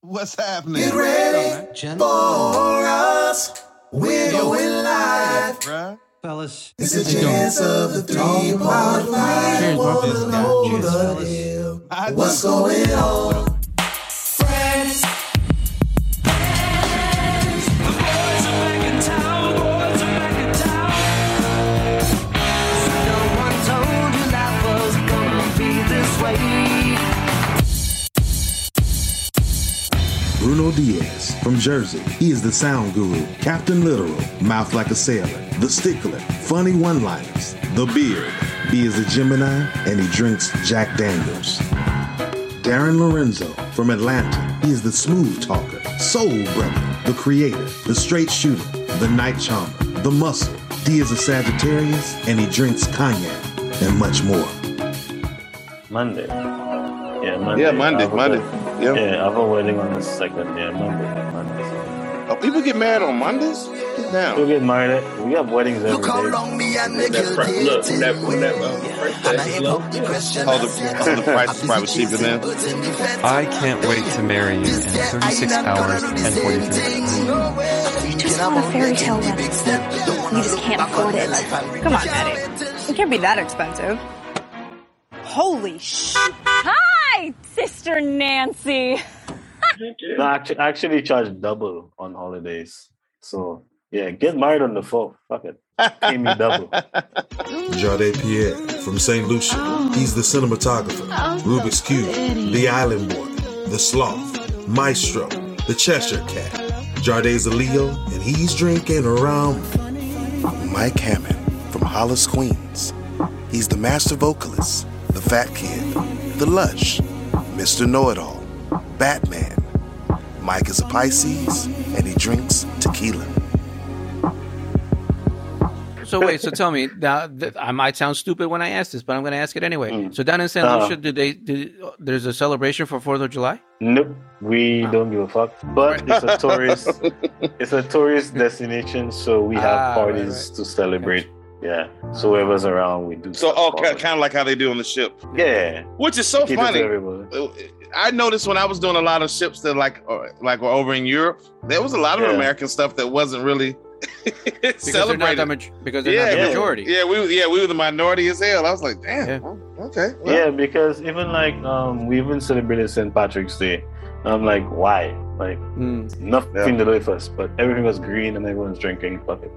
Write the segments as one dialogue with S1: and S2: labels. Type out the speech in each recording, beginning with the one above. S1: What's happening?
S2: Get ready for us. We're going live.
S1: Bruh.
S3: fellas.
S2: It's the chance of the three part five.
S3: Cheers, my business guy. Cheers, fellas.
S1: I
S2: What's
S1: just-
S2: going on? Friends,
S4: Bruno Diaz from Jersey. He is the sound guru, Captain Literal, mouth like a sailor, the stickler, funny one liners, the beard. B is a Gemini and he drinks Jack Daniels. Darren Lorenzo from Atlanta. He is the smooth talker, soul brother, the creator, the straight shooter, the night charmer, the muscle. D is a Sagittarius and he drinks cognac and much more.
S5: Monday. Yeah, Monday.
S6: Yeah, Monday,
S5: I've been-
S6: Monday. Yeah.
S5: Yeah, I've been waiting on this segment. Yeah, Monday. Monday. So.
S6: Oh, people get married on Mondays? Get
S5: People
S6: down.
S5: get married. We have weddings
S2: you
S5: every
S2: call
S5: day.
S2: on me and the
S7: That fr- look,
S2: guilty.
S7: that- that, uh, first
S2: And I
S7: day,
S2: ain't
S7: look.
S2: up the question.
S6: Oh, the- oh, the price is probably cheaper now.
S8: I can't wait to marry you in 36 hours and 43 minutes.
S2: minutes.
S9: I just want a fairy tale wedding. You just can't afford it.
S10: Come on, Maddie. It can't be that expensive. Holy sh!
S9: Hi, Sister Nancy.
S5: No, actually, I actually charge double on holidays. So yeah, get married on the fourth. Fuck it. Pay me double.
S4: Jade Pierre from St. Lucia. He's the cinematographer, Rubik's Cube, The Island Boy, The Sloth, Maestro, The Cheshire Cat. Jarde's a Leo, and he's drinking around.
S2: Mike Hammond from Hollis, Queens. He's the master vocalist, the Fat Kid, the Lush, Mr. Know It All, Batman. Mike is a Pisces and he drinks tequila.
S3: So wait, so tell me now. Th- I might sound stupid when I ask this, but I'm going to ask it anyway. So down in San
S5: Uh-huh.
S3: Lucia, do they? Do, there's a celebration for Fourth of July.
S5: Nope, we don't give a fuck. But it's a tourist, it's a tourist destination, so we have
S3: Ah, right,
S5: parties
S3: right.
S5: to celebrate. Yeah, so whoever's around, we do.
S6: So, oh,
S5: stuff for
S6: kind
S5: it.
S6: of like how they do on the ship,
S5: yeah,
S6: which is so
S5: keep it to
S6: funny.
S5: everybody.
S6: I noticed when I was doing a lot of ships that like uh, like were over in Europe, there was a lot of
S5: Yeah.
S6: American stuff that wasn't really
S3: Because they're not the
S6: celebrated.
S3: maj- because they're
S6: Yeah,
S3: not the
S5: yeah.
S3: majority.
S6: yeah, we were- yeah we were the minority as hell. I was like, damn,
S3: Yeah.
S6: well, okay, well,
S5: yeah, because even like um, we even celebrated St. Patrick's Day. I'm like, why? Like
S3: Mm.
S5: nothing to do with us, but everything was green and everyone's drinking. Fuck it.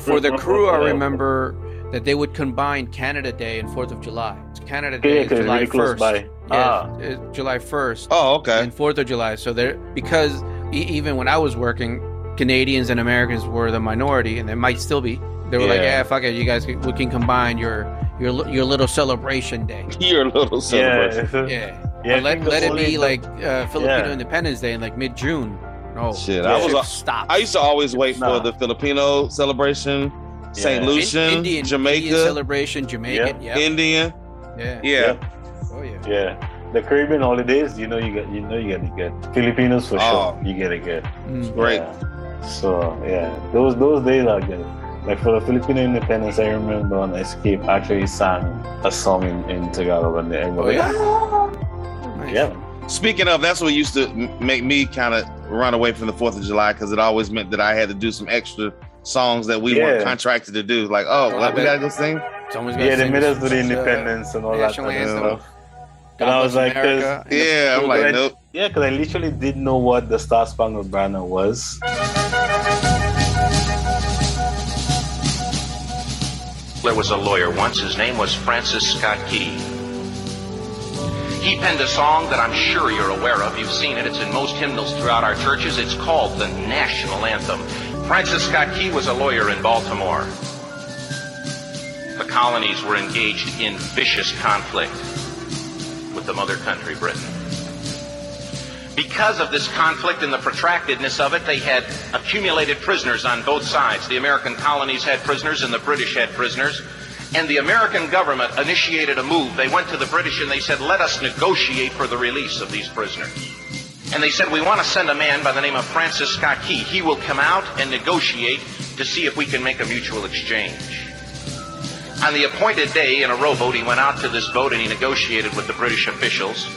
S3: For the crew, I remember that they would combine Canada Day and Fourth of July. It's Canada
S5: Yeah,
S3: Day is
S5: because it's
S3: July
S5: really close
S3: 1st.
S5: by.
S3: Yeah,
S5: Ah.
S3: it's- it's July 1st.
S6: Oh, okay.
S3: and Fourth of July. So there, because e- even when I was working, Canadians and Americans were the minority, and they might still be. They were like,
S5: Yeah.
S3: "Yeah, fuck it, you guys, can- we can combine your your li- your little celebration day."
S6: You're a little celebration.
S5: Yeah, yeah.
S3: Yeah,
S5: yeah I
S3: Or let,
S5: think the
S3: let it
S5: only
S3: be
S5: the-
S3: like uh, Filipino
S5: Yeah.
S3: Independence Day in like mid June. Oh
S6: Shit,
S5: I was-
S3: stop.
S6: I used to always wait
S5: Nah.
S6: for the Filipino celebration, St.
S5: Yeah.
S6: Lucian,
S3: Indian,
S6: Jamaica,
S3: Indian celebration, Jamaican. Yeah, yeah,
S6: Indian.
S3: yeah.
S6: Yeah,
S3: Oh yeah.
S5: yeah. The Caribbean holidays, you know, you get, you know, you get it good. Filipinos for
S6: Oh.
S5: sure, you get it good.
S3: Mm.
S6: great.
S5: Yeah. So yeah, those those days are good. Like for the Filipino independence, I remember on Escape I actually sang a song in, in Tagalog and
S3: Oh
S5: everybody.
S3: yeah. Nice.
S5: yeah.
S6: Speaking of, that's what used to m- make me kind of run away from the Fourth of July because it always meant that I had to do some extra songs that we weren't
S5: Yeah.
S6: contracted to do. Like, oh,
S3: Oh,
S6: what,
S3: I
S6: we
S3: bet.
S6: gotta go sing.
S3: Someone's
S5: Yeah, they
S3: sing
S5: made
S3: this-
S5: us do the
S3: this, uh,
S5: independence and all that.
S3: national
S5: kind of
S3: anthem.
S5: stuff.
S3: God
S5: And I
S3: bless
S5: was like, 'cause-
S3: America.
S6: Yeah, I'm like,
S5: Right.
S6: nope.
S5: Yeah, because I literally didn't know what the Star Spangled Banner was.
S11: There was a lawyer once, his name was Francis Scott Key. He penned a song that I'm sure you're aware of. You've seen it, it's in most hymnals throughout our churches. It's called the National Anthem. Francis Scott Key was a lawyer in Baltimore. The colonies were engaged in vicious conflict with the mother country, Britain. Because of this conflict and the protractedness of it, they had accumulated prisoners on both sides. The American colonies had prisoners and the British had prisoners. And the American government initiated a move. They went to the British and they said, let us negotiate for the release of these prisoners. And they said, we want to send a man by the name of Francis Scott Key. He will come out and negotiate to see if we can make a mutual exchange. On the appointed day in a rowboat, he went out to this boat and he negotiated with the British officials.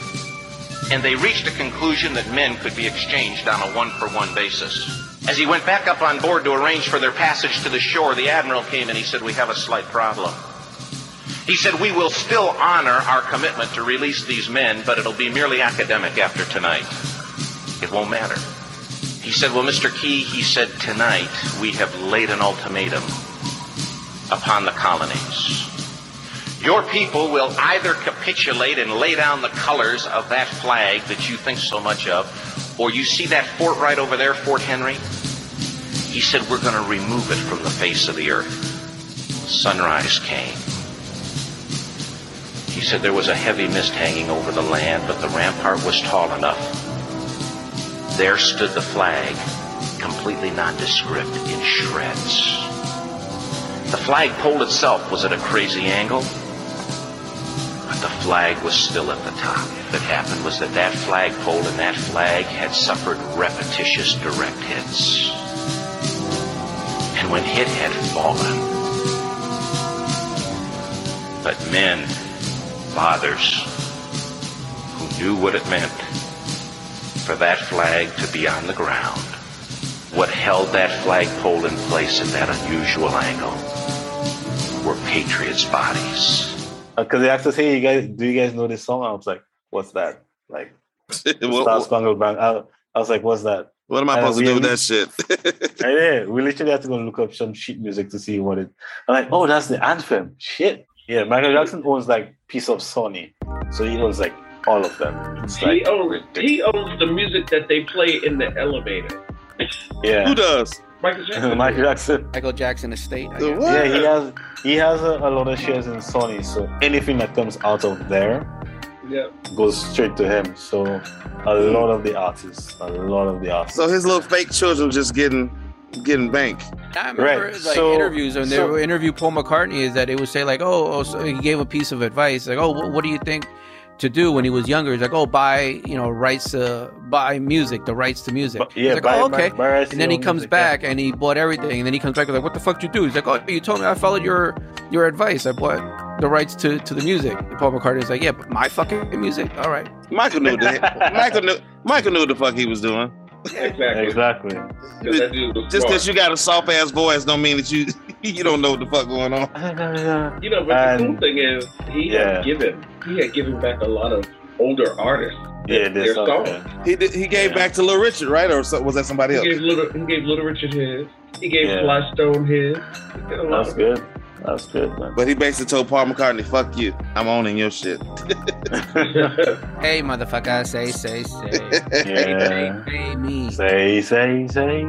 S11: and they reached a conclusion that men could be exchanged on a one for one basis. As he went back up on board to arrange for their passage to the shore, the admiral came and he said, We have a slight problem. He said, We will still honor our commitment to release these men, but it'll be merely academic after tonight. It won't matter. He said, Well, Mr. Key, he said, Tonight we have laid an ultimatum upon the colonies. Your people will either capitulate and lay down the colors of that flag that you think so much of, or you see that fort right over there, Fort Henry? He said, We're going to remove it from the face of the earth. Sunrise came. He said there was a heavy mist hanging over the land, but the rampart was tall enough. There stood the flag, completely nondescript in shreds. The flagpole itself was at a crazy angle, but the flag was still at the top. What happened was that that flagpole and that flag had suffered repetitious direct hits. And when hit had fallen, but men, fathers, who knew what it meant for that flag to be on the ground, what held that flagpole in place at that unusual angle were patriots' bodies
S5: because Uh, they asked us, "Hey, you guys, do you guys know this song?" I was like, "What's that?" Like,
S6: What-
S5: Star Spangled Banner. I, I was like, "What's that?"
S6: What am I
S5: Uh,
S6: supposed to
S5: we-
S6: do with that shit?
S5: And yeah, we literally had to go look up some sheet music to see what it. I'm like, "Oh, that's the anthem." Shit. Yeah, Michael Jackson owns like piece of Sony, so he owns like all of them. It's
S1: He
S5: like,
S1: owns, he owns the music that they play in the elevator.
S5: yeah,
S6: Who does?
S1: Michael Jackson.
S5: Michael Jackson.
S3: Michael Jackson Estate. I
S6: The
S3: guess.
S6: what?
S5: Yeah, he has he has a, a lot of shares in Sony, so anything that comes out of there
S1: Yeah.
S5: goes straight to him. So a lot of the artists, a lot of the artists.
S6: So his little fake children just getting getting bank.
S3: I remember
S5: Right,
S3: like
S5: so-
S3: interviews when they
S5: so-
S3: would interview Paul McCartney is that it would say like, oh, oh so he gave a piece of advice like, oh, wh- what do you think to do when he was younger? He's like, oh, buy you know rights, uh, buy music, the rights to music.
S5: But- yeah,
S3: He's like,
S5: buy-
S3: oh,
S5: buy-
S3: okay.
S5: buy us
S3: and then he
S5: your
S3: comes
S5: music, yeah.
S3: back and he bought everything, and then he comes back and like, what the fuck did you do? He's like, oh, you told me I followed your your advice. I bought the rights to to the music. And Paul McCartney's like, yeah, but my fucking music. All right.
S6: Michael knew that. Michael knew. Michael knew what the fuck he was doing.
S1: Exactly.
S5: Exactly.
S1: 'Cause that dude was
S6: Just
S1: smart.
S6: because you got a soft ass voice, don't mean that you you don't know what the fuck going on.
S1: You know, but the
S5: And-
S1: cool thing is he
S5: Yeah.
S1: had given he had given back a lot of older artists.
S5: Yeah,
S1: their
S5: there's
S1: songs.
S5: something.
S6: He did, he gave back to Little Richard, right? Or so, was that somebody
S1: He
S6: else?
S1: gave little he gave Little Richard his. He gave
S5: Yeah.
S1: Fly Stone his. He did a lot
S5: That's
S1: of-
S5: good. That's good, man.
S6: But he basically told Paul McCartney, "Fuck you, I'm owning your shit."
S3: Hey, motherfucker, say say say.
S5: Yeah.
S3: Hey, me.
S5: Say, say, say.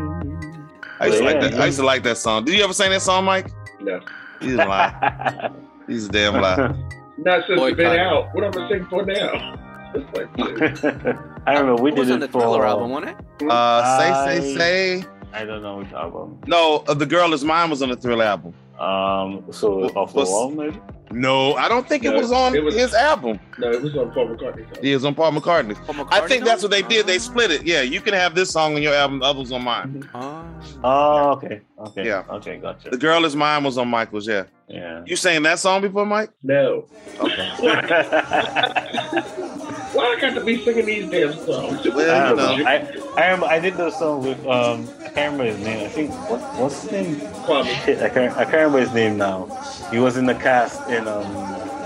S6: I used, to like
S5: Yeah.
S6: that, I used to like that song. Did you ever sing that song, Mike?
S1: No.
S6: He's a lie. He's a damn lie.
S1: Not since
S3: Boy,
S1: it's been
S3: Cotton.
S1: out. What am I sing for now? It's like, dude,
S5: I don't know. We
S3: What
S5: did
S3: was
S5: it
S3: on the
S5: for.
S3: Thriller album, wasn't it?
S6: Uh, say,
S5: I-
S6: say, say.
S5: I don't know which album.
S6: No, uh, the girl is mine was on the Thrill album.
S5: Um, so
S6: What-
S5: off the
S6: what's-
S5: wall, maybe.
S6: No, I don't think it
S1: No,
S6: was on
S1: it was-
S6: his album.
S1: no, it was on Paul McCartney. though.
S6: It was on Paul McCartney.
S3: Paul McCartney
S6: I think that's what they
S3: song?
S6: did. They split it. Yeah, you can have this song on your album, the others on mine.
S3: Oh.
S5: Oh, okay, okay,
S6: Yeah.
S5: okay, gotcha.
S6: The girl is mine was on Michael's. Yeah,
S5: Yeah.
S6: you sang that song before, Mike?
S1: No.
S6: Okay.
S1: Why I got to be singing these damn songs?
S6: Well, you know,
S5: I, I remember I did those song with um I can't remember his name. I think what what's his name?
S1: Kwame.
S5: Shit, I can't I can't remember his name now. He was in the cast in um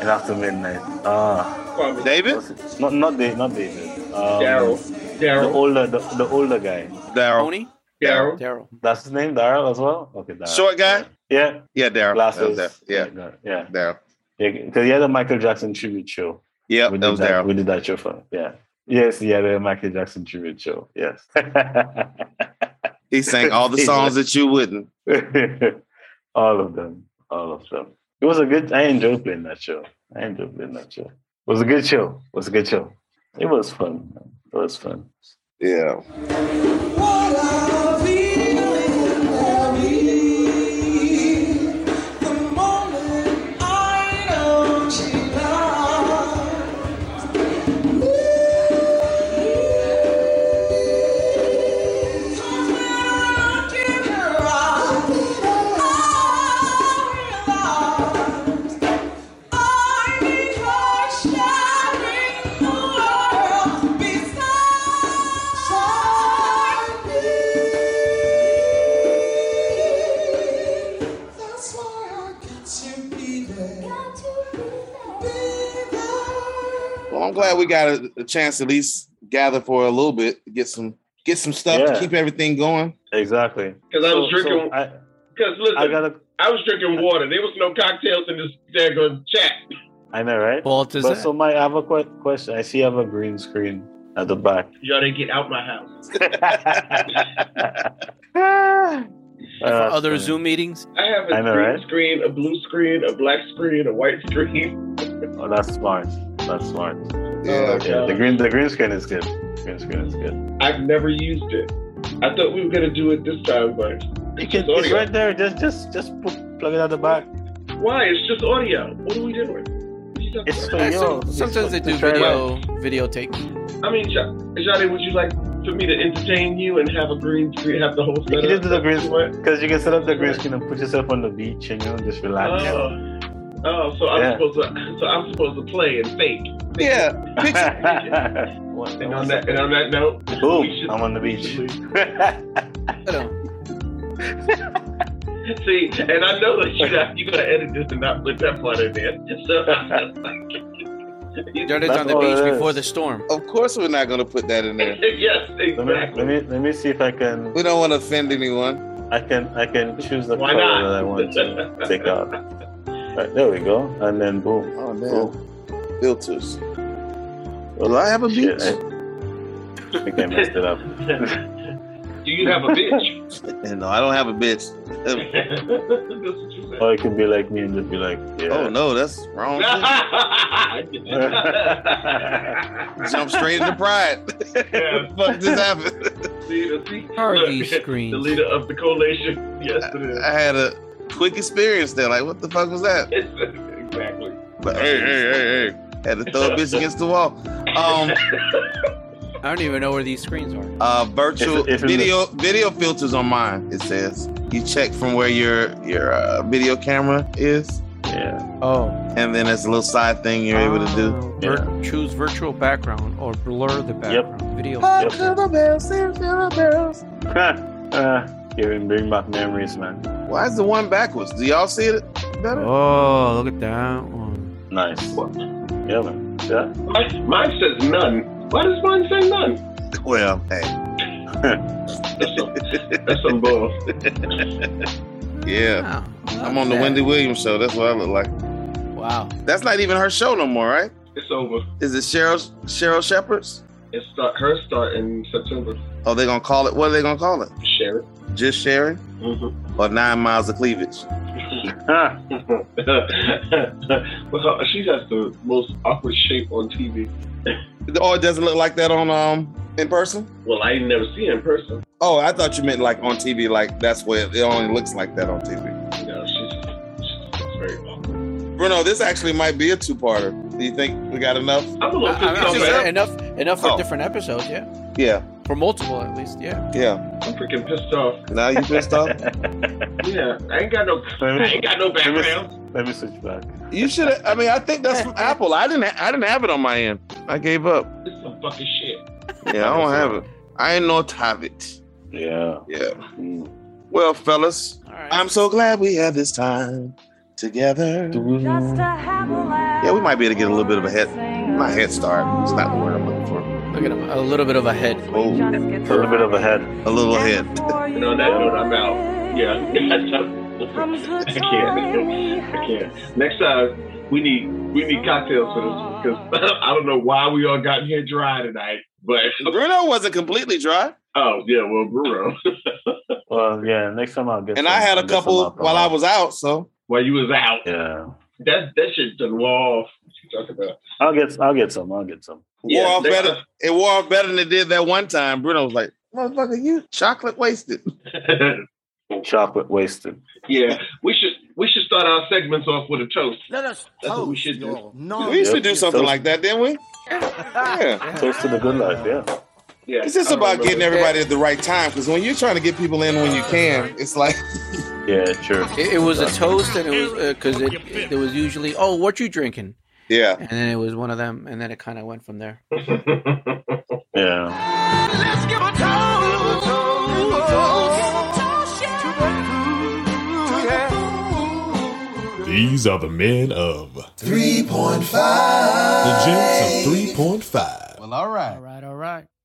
S5: in After Midnight. Ah,
S1: Kwame.
S6: David,
S5: what's it? not not David, not David. Um,
S1: Daryl.
S5: The
S1: Daryl.
S5: older the, the older guy.
S6: Daryl,
S3: Tony?
S1: Daryl.
S3: Daryl.
S5: That's his name, Daryl as well. Okay, Daryl.
S6: short guy.
S5: Yeah,
S6: Yeah, Daryl. That was
S5: glasses.
S6: Daryl. Yeah,
S5: yeah,
S6: Daryl.
S5: yeah. Because he had a Michael Jackson tribute show.
S6: Yeah,
S5: we
S6: that
S5: did
S6: was
S5: that.
S6: Daryl.
S5: We did that show for yeah. Yes, yeah, the Michael Jackson tribute show. Yes.
S6: He sang all the songs that you wouldn't.
S5: all of them. All of them. It was a good I enjoyed playing that show. I enjoyed playing that show. It was a good show. It was a good show. It was fun. man. It was fun.
S6: Yeah.
S7: I need her shining world.
S6: glad we got a, a chance to at least gather for a little bit, get some get some stuff
S5: Yeah.
S6: to keep everything going.
S5: Exactly.
S1: Because I was
S5: So- so
S1: drinking.
S5: I,
S1: Because listen,
S5: I
S1: I,
S5: gotta.
S1: was drinking water. There was no cocktails in this daggone chat.
S5: I know, right?
S3: Fault is
S5: But
S3: that?
S5: so my I have a que- question. I see I have a green screen at the back.
S1: Y'all didn't get out my house.
S5: Uh,
S3: other
S5: that's funny.
S3: Zoom meetings.
S1: I have a
S5: I know,
S1: green
S5: right?
S1: screen, a blue screen, a black screen, a white screen.
S5: Oh, that's smart. That's smart.
S6: Yeah.
S5: Yeah, the
S1: God.
S5: green the green screen is good. Green screen is good.
S1: I've never used it. I thought we were gonna do it this time, but
S5: You
S1: it's
S5: can,
S1: just
S5: it's
S1: audio.
S5: right there. Just just just put, plug it at the back.
S1: Why? It's just audio. What are we doing? What are you talking
S5: It's
S1: about?
S5: for
S3: Eh,
S5: you.
S3: some-
S5: It's
S3: sometimes
S5: for-
S3: they do
S5: to try it out.
S3: video videotape.
S1: I mean, Johnny, would you like for me to entertain you and have a green screen, have the whole
S5: You
S1: setup?
S5: can just do the green
S1: What?
S5: screen because you can set up the green
S1: Right.
S5: screen and put yourself on the beach and you know just relax.
S1: Oh, oh, so I'm
S5: Yeah.
S1: supposed to, so I'm supposed to play and fake.
S6: Yeah. Picture,
S5: What-
S1: And on that, and on that note,
S5: Boom!
S1: we should-
S5: I'm on the
S1: we
S5: beach.
S1: should leave. See, and I know that you're, not, you're gonna edit this and not put that part in there. So I'm just like, you-
S3: Dirt is
S5: That's
S3: on the
S5: all it
S3: beach
S5: is.
S3: before the storm.
S6: of course, we're not going to put that in there.
S1: yes,
S5: Let me, let
S1: exactly.
S5: me let me see if I can
S6: We don't want to offend anyone.
S5: I can I can choose the
S1: Why
S5: color
S1: not?
S5: that I want to take out. Right, there we go, and then boom.
S6: Oh
S5: Boom.
S6: no, filters. Well, I have a beach.
S5: Shit, I, I think I messed it up.
S1: Do you have a bitch?
S6: no, I don't have a bitch.
S1: That's what you said.
S5: Or it could be like me and just be like, yeah.
S6: Oh no, that's wrong. Jump straight into pride.
S1: Yeah.
S6: Fuck this happened.
S1: See, see,
S3: Are
S1: look,
S3: these
S1: The
S3: screens?
S1: leader of the coalition. Yes, it is.
S6: I had a quick experience there. Like, what the fuck was that?
S1: exactly.
S6: But hey, hey, hey, hey. Had to throw a bitch against the wall. Um,
S3: I don't even know where these screens are.
S6: uh, virtual
S5: If- if in the-
S6: video video filters on mine. It says you check from where your your uh, video camera is,
S5: Yeah.
S3: Oh,
S6: and then there's a little side thing you're able to do.
S3: Oh, vir- Choose virtual background or blur the background. Video.
S5: Yep. uh, Kevin, bring back memories, man.
S6: Why is the one backwards? Do y'all see it better?
S3: Oh, look at that one.
S5: Nice. Yeah, man. Yeah.
S1: Mine, mine says none. Why does mine say none?
S6: Well, hey,
S1: That's some, that's some bull.
S6: yeah.
S3: Wow,
S6: I'm on the Wendy Williams show. That's what I look like.
S3: Wow.
S6: That's not even her show no more, right?
S1: It's over.
S6: Is it Cheryl Cheryl Shepherd's?
S1: It start her start in September.
S6: Oh, they gonna call it. What are they gonna call it?
S1: Share it.
S6: Just Sharon
S1: Mm-hmm.
S6: or Nine Miles of Cleavage? Oh.
S5: Ah,
S1: well, she has the most awkward shape on TV.
S6: Oh, it doesn't look like that on um in person.
S1: Well, I ain't never seen her in person.
S6: Oh, I thought you meant like on TV. Like that's where it only looks like that on TV.
S1: You know, she's, she's very awkward.
S6: Bruno, this actually might be a two-parter. Do you think we got enough?
S1: I'm a little
S3: I- I- I was
S1: pissed
S3: just
S1: off.
S3: saying, enough, enough for
S6: Oh.
S3: different episodes, yeah.
S6: Yeah,
S3: For multiple, at least, yeah.
S6: yeah.
S1: I'm freaking pissed off.
S6: Now you pissed off.
S1: Yeah, I ain't got no, I ain't got no background.
S5: let me switch back.
S6: You should. I mean, I think that's from Apple. I didn't. I didn't have it on my end. I gave up.
S1: It's some fucking shit.
S6: Yeah, I don't have it. I ain't no have it.
S5: Yeah.
S6: Yeah.
S5: Mm.
S6: Well, fellas,
S3: All right.
S6: I'm so glad we had this time together. Yeah, we might be able to get a little bit of a head, not head start. It's not the word I'm looking for.
S3: Look at him. A little bit of a head.
S6: Oh,
S5: A little bit of a head.
S6: a little head.
S1: And on that note, I'm out. Yeah. I can't. I can't. Next time, we need we need cocktails for this because I don't know why we all got here dry tonight. But
S6: Bruno wasn't completely dry,
S1: oh yeah, well, Bruno,
S5: Well, yeah. Next time I'll get.
S6: and
S5: some-
S6: I had
S5: I'll
S6: a
S5: get some
S6: couple
S5: alcohol.
S6: while I was out. So
S1: while you was out,
S5: Yeah.
S1: that that shit done wore off. What you talking about?
S5: I'll get. I'll get some. I'll get some.
S6: wore
S1: Yeah,
S6: off
S1: next
S6: better. It wore off better than it did that one time. Bruno was like, "Motherfucker, you chocolate wasted."
S1: time.
S5: Chocolate wasted.
S1: yeah, we should we should start our segments off with a toast.
S7: Let us
S1: That's what we
S7: toast
S1: should do.
S7: your
S6: We used to do something
S5: Toast-
S6: like that, didn't we? Yeah.
S5: Toast to the good life. Yeah.
S1: Yeah,
S6: It's just
S1: I don't
S6: about getting
S1: remember.
S6: everybody at the right time because when you're trying to get people in when you can, it's like,
S5: Yeah, sure.
S3: It, it was a toast, and it was because it, it there was usually, oh, what you drinking?
S6: yeah.
S3: And then it was one of them, and then it kind of went from there.
S5: Yeah.
S3: Oh,
S12: These are the men of
S13: 3.5.
S12: the gents of 3.5.
S4: Well, all right. All right, all right.